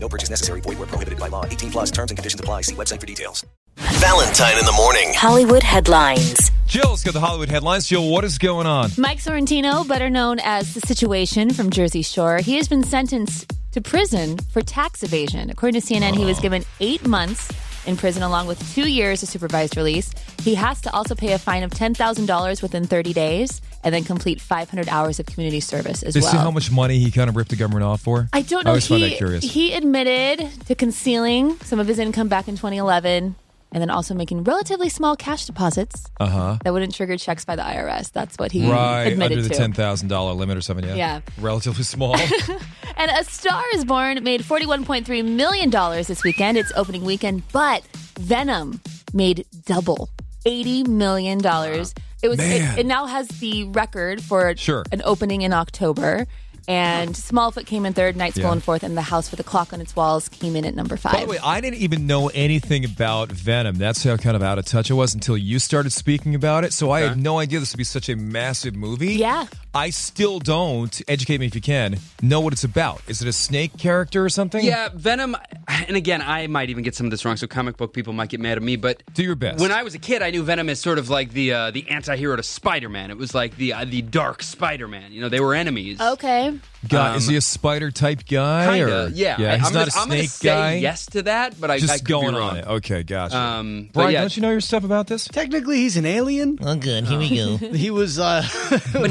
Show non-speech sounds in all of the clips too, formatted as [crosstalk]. No purchase necessary. Void where prohibited by law. 18 plus terms and conditions apply. See website for details. Valentine in the morning. Hollywood headlines. Jill's got the Hollywood headlines. Jill, what is going on? Mike Sorrentino, better known as The Situation from Jersey Shore, he has been sentenced to prison for tax evasion. According to CNN, he Oh. was given eight months in prison along with two years of supervised release. He has to also pay a fine of $10,000 within 30 days and then complete 500 hours of community service as To well. see how much money he kind of ripped the government off for? I don't know. I always he, find that curious. He admitted to concealing some of his income back in 2011 and then also making relatively small cash deposits that wouldn't trigger checks by the IRS. That's what he Uh-huh. right admitted under the to. ten thousand dollar limit or something. Yeah. Yeah. Relatively [laughs] small. And A Star is Born made $41.3 million this weekend, its opening weekend, but Venom made double $80 million. It was Man. it, it now has the record for Sure. an opening in October. And Smallfoot came in third, Night School Yeah. in fourth, and The House with a Clock on Its Walls came in at number five. By the way, I didn't even know anything about Venom. That's how kind of out of touch I was until you started speaking about it. So I had no idea this would be such a massive movie. Yeah. I still don't, educate me if you can, know what it's about. Is it a snake character or something? Yeah, Venom, and again, I might even get some of this wrong, so comic book people might get mad at me, but Do your best. When I was a kid, I knew Venom as sort of like the uh, the anti-hero to Spider-Man. It was like the uh, the dark Spider-Man. You know, they were enemies. Okay. God, is um, he a spider type guy? Kinda, or- yeah. I, he's am not gonna, a I'm gonna snake say guy. yes to that, but I, Just I could be going wrong. on it. Okay, gotcha. Um, but Brian, yeah. don't you know your stuff about this? Technically, he's an alien. Oh, good. Here we [laughs] go. He was. Uh, But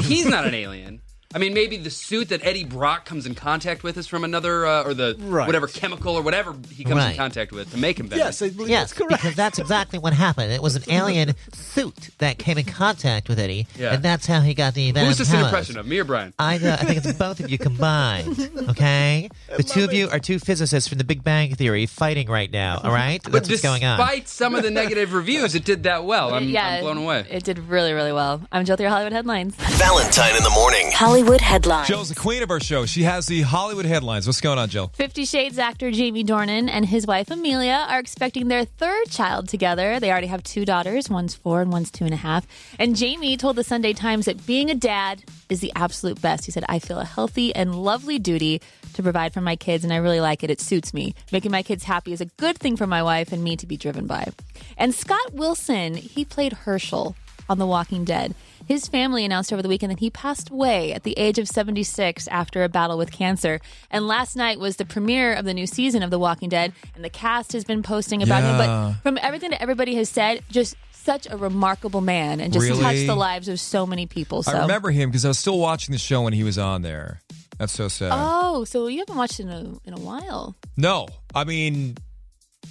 [laughs] he's not an alien. I mean, maybe the suit that Eddie Brock comes in contact with is from another, uh, or the Right. whatever chemical or whatever he comes in Right. contact with to make him Venom. yes, I believe Yes, that's correct. because that's exactly what happened. It was an alien suit that came in contact with Eddie, Yeah. and that's how he got the venom Who's this an powers. impression of? Me or Brian? I, uh, I think it's [laughs] both of you combined. Okay, the two of you are two physicists from the Big Bang Theory fighting right [laughs] now. All right, that's what's going on. Despite some of the negative reviews, it did that well. I'm, yeah, I'm blown away. It did really, really well. I'm Jill with your Hollywood headlines. Valentine in the morning. Hollywood headlines. Jill's the queen of our show. She has the Hollywood headlines. What's going on, Jill? Fifty Shades actor Jamie Dornan and his wife Amelia are expecting their third child together. They already have two daughters. One's four and one's two and a half. And Jamie told the Sunday Times that being a dad is the absolute best. He said, I feel a healthy and lovely duty to provide for my kids, and I really like it. It suits me. Making my kids happy is a good thing for my wife and me to be driven by. And Scott Wilson, he played Herschel on The Walking Dead. His family announced over the weekend that he passed away at the age of 76 after a battle with cancer. And last night was the premiere of the new season of The Walking Dead, and the cast has been posting about Yeah. him. But from everything that everybody has said, just such a remarkable man and just Really? touched the lives of so many people. So. I remember him because I was still watching the show when he was on there. That's so sad. Oh, so you haven't watched it in a, in a while. No, I mean,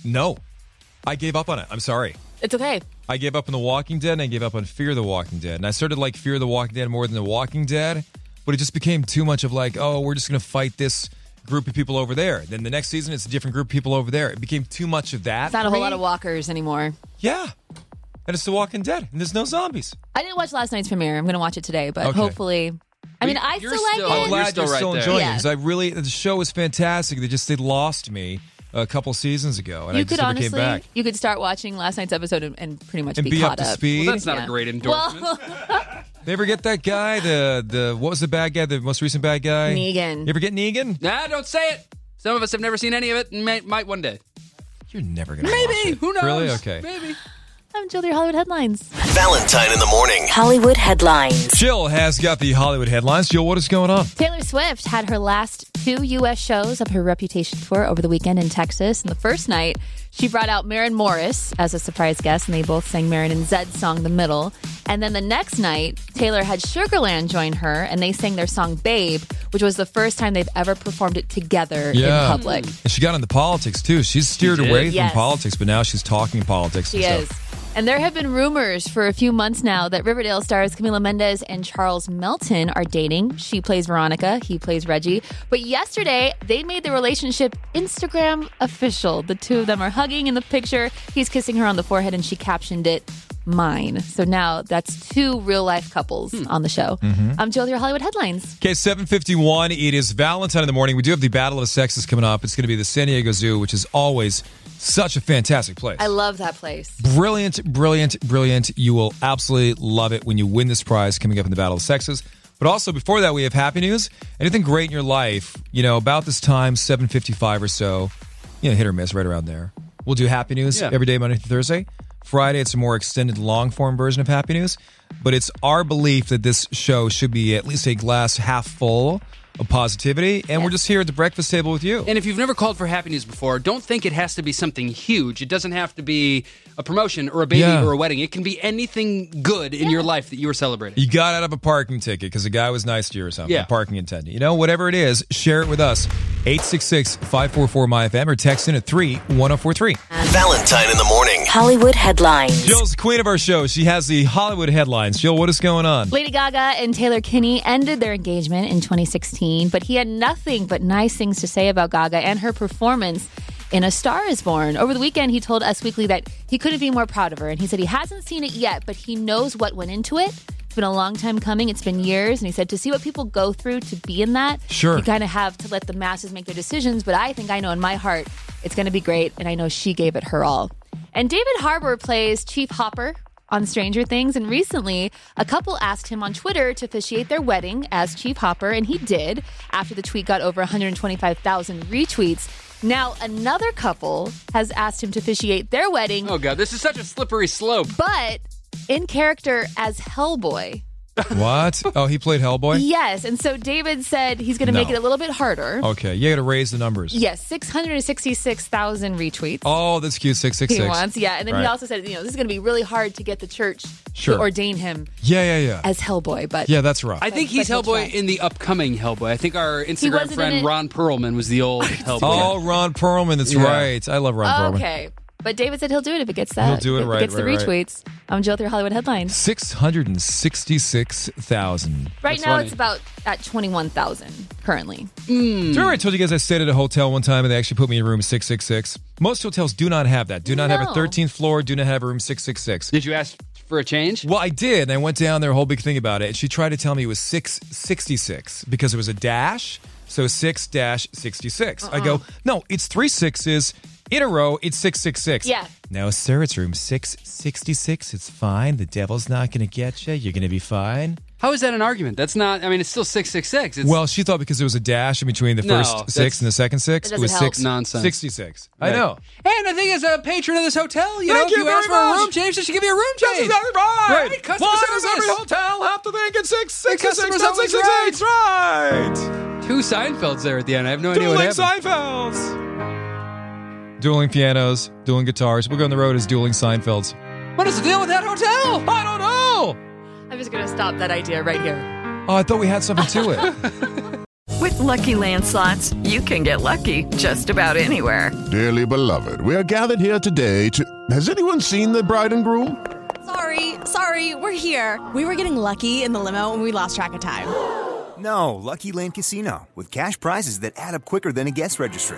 no. I gave up on it. I'm sorry. It's okay. I gave up on The Walking Dead and I gave up on Fear the Walking Dead. And I started like Fear the Walking Dead more than The Walking Dead, but it just became too much of like, oh, we're just going to fight this group of people over there. Then the next season, it's a different group of people over there. It became too much of that. It's not a for whole me. lot of walkers anymore. Yeah. And it's The Walking Dead, and there's no zombies. I didn't watch last night's premiere. I'm going to watch it today, but Okay. hopefully. I mean, I You're still like still- it. Oh, I'm you're glad still you're right still there. enjoying it Yeah. 'cause I really the show is fantastic. They just they lost me a couple seasons ago, and I you just could never honestly, came back you could start watching last night's episode and, and pretty much and be up caught to up. speed. Well, that's not Yeah. a great endorsement. Well, they ever get that guy? The the what was the bad guy? The most recent bad guy? Negan. You ever get Negan? nah, don't say it. Some of us have never seen any of it and may, might one day. You're never gonna watch Maybe. it. Who knows? Really? Okay. Maybe. [laughs] I'm Jill, with your Hollywood headlines. Valentine in the morning. Hollywood headlines. Jill has got the Hollywood headlines. Jill, what is going on? Taylor Swift had her last two U.S. shows of her Reputation tour over the weekend in Texas. And the first night, she brought out Marin Morris as a surprise guest, and they both sang Marin and Zed's song "The Middle." And then the next night, Taylor had Sugarland join her, and they sang their song "Babe," which was the first time they've ever performed it together Yeah. in public. And she got into politics too. She's steered She did? away from Yes. politics, but now she's talking politics. She and is. stuff. And there have been rumors for a few months now that Riverdale stars Camila Mendez and Charles Melton are dating. She plays Veronica, he plays Reggie. But yesterday, they made the relationship Instagram official. The two of them are hugging in the picture. He's kissing her on the forehead, and she captioned it, Mine. So now that's two real life couples on the show. Um, I'm Jill, with your Hollywood headlines. Okay, 751. It is Valentine in the morning. We do have the Battle of the Sexes coming up. It's going to be the San Diego Zoo, which is always such a fantastic place. I love that place. brilliant, brilliant, brilliant. You will absolutely love it when you win this prize coming up in the Battle of the Sexes. But also before that, we have happy news. Anything great in your life, you know, about this time, 755 or so, you know, hit or miss right around there. We'll do happy news Yeah. every day, Monday through Thursday. Friday, it's a more extended long form version of happy news. But it's our belief that this show should be at least a glass half full of positivity. And we're just here at the breakfast table with you. And if you've never called for happy news before, don't think it has to be something huge. It doesn't have to be a promotion or a baby Yeah. or a wedding. It can be anything good in your life that you were celebrating. You got out of a parking ticket because the guy was nice to you or something. Yeah. A parking attendant. You know, whatever it is, share it with us. 866-544-MyFM or text in at 31043. Valentine in the morning. Hollywood headlines. Jill's the queen of our show. She has the Hollywood headlines. Jill, what is going on? Lady Gaga and Taylor Kinney ended their engagement in 2016, but he had nothing but nice things to say about Gaga and her performance in A Star is Born. Over the weekend, he told Us Weekly that he couldn't be more proud of her, and he said he hasn't seen it yet, but he knows what went into it. It's been a long time coming, it's been years, and he said to see what people go through to be in that, Sure. you kind of have to let the masses make their decisions, but I think I know in my heart it's going to be great, and I know she gave it her all. And David Harbour plays Chief Hopper on Stranger Things, and recently a couple asked him on Twitter to officiate their wedding as Chief Hopper, and he did after the tweet got over 125,000 retweets. Now, another couple has asked him to officiate their wedding, Oh, God, this is such a slippery slope. but in character as Hellboy. what? Oh, he played Hellboy? Yes, and so David said he's going to make No. it a little bit harder. Okay, you got to raise the numbers. Yes, 666,000 retweets. Oh, that's cute. 666. he wants. Yeah, and then he Right. also said, you know, this is going to be really hard to get the church Sure. to ordain him Yeah, yeah, yeah. as Hellboy. But yeah, that's rough. I think he's But he'll Hellboy try. in the upcoming Hellboy. I think our Instagram wasn't in friend it. Ron Perlman was [laughs] the old Hellboy. oh, Ron Perlman. That's Yeah. right. I love Ron Perlman. okay. But David said he'll do it if it gets that. He'll do it if right, Gets right, the right. retweets. I'm Jill with your Hollywood headlines. 666,000. Right That's now, funny. it's about at 21,000 currently. Mm. Remember, I told you guys I stayed at a hotel one time and they actually put me in room 666. Most hotels do not have that. Do not have a No. 13th floor, do not have a room 666. Did you ask for a change? Well, I did. And I went down there, a whole big thing about it. And she tried to tell me it was 666 because it was a dash. So 6 dash 66. I go, Uh-uh. no, it's three sixes in a row. It's 666. Yeah. No, sir, it's room 666. It's fine. The devil's not going to get you. You're going to be fine. How is that an argument? That's not. I mean, it's still six six six. It's Well, she thought because it was a dash in between the No, first six that's- and the second six, That it was doesn't help. six Nonsense. 66. I Right. know. And I think as a patron of this hotel, you Thank know, if you you, ask for very a room much. change, they should give you a room change. right. Right, customer service. hotel have to think it's six, customer service six, right? Two Seinfelds there at the end. I have no idea what Dueling happened. Seinfelds. Dueling pianos, dueling guitars. We'll go on the road as dueling Seinfelds. What is the deal with that hotel? Oh, I don't know. I'm just going to stop that idea right here. Oh, I thought we had something to [laughs] it. With Lucky Land slots, you can get lucky just about anywhere. Dearly beloved, we are gathered here today to. Has anyone seen the bride and groom? Sorry, sorry, we're here. We were getting lucky in the limo and we lost track of time. [gasps] No, Lucky Land Casino, with cash prizes that add up quicker than a guest registry.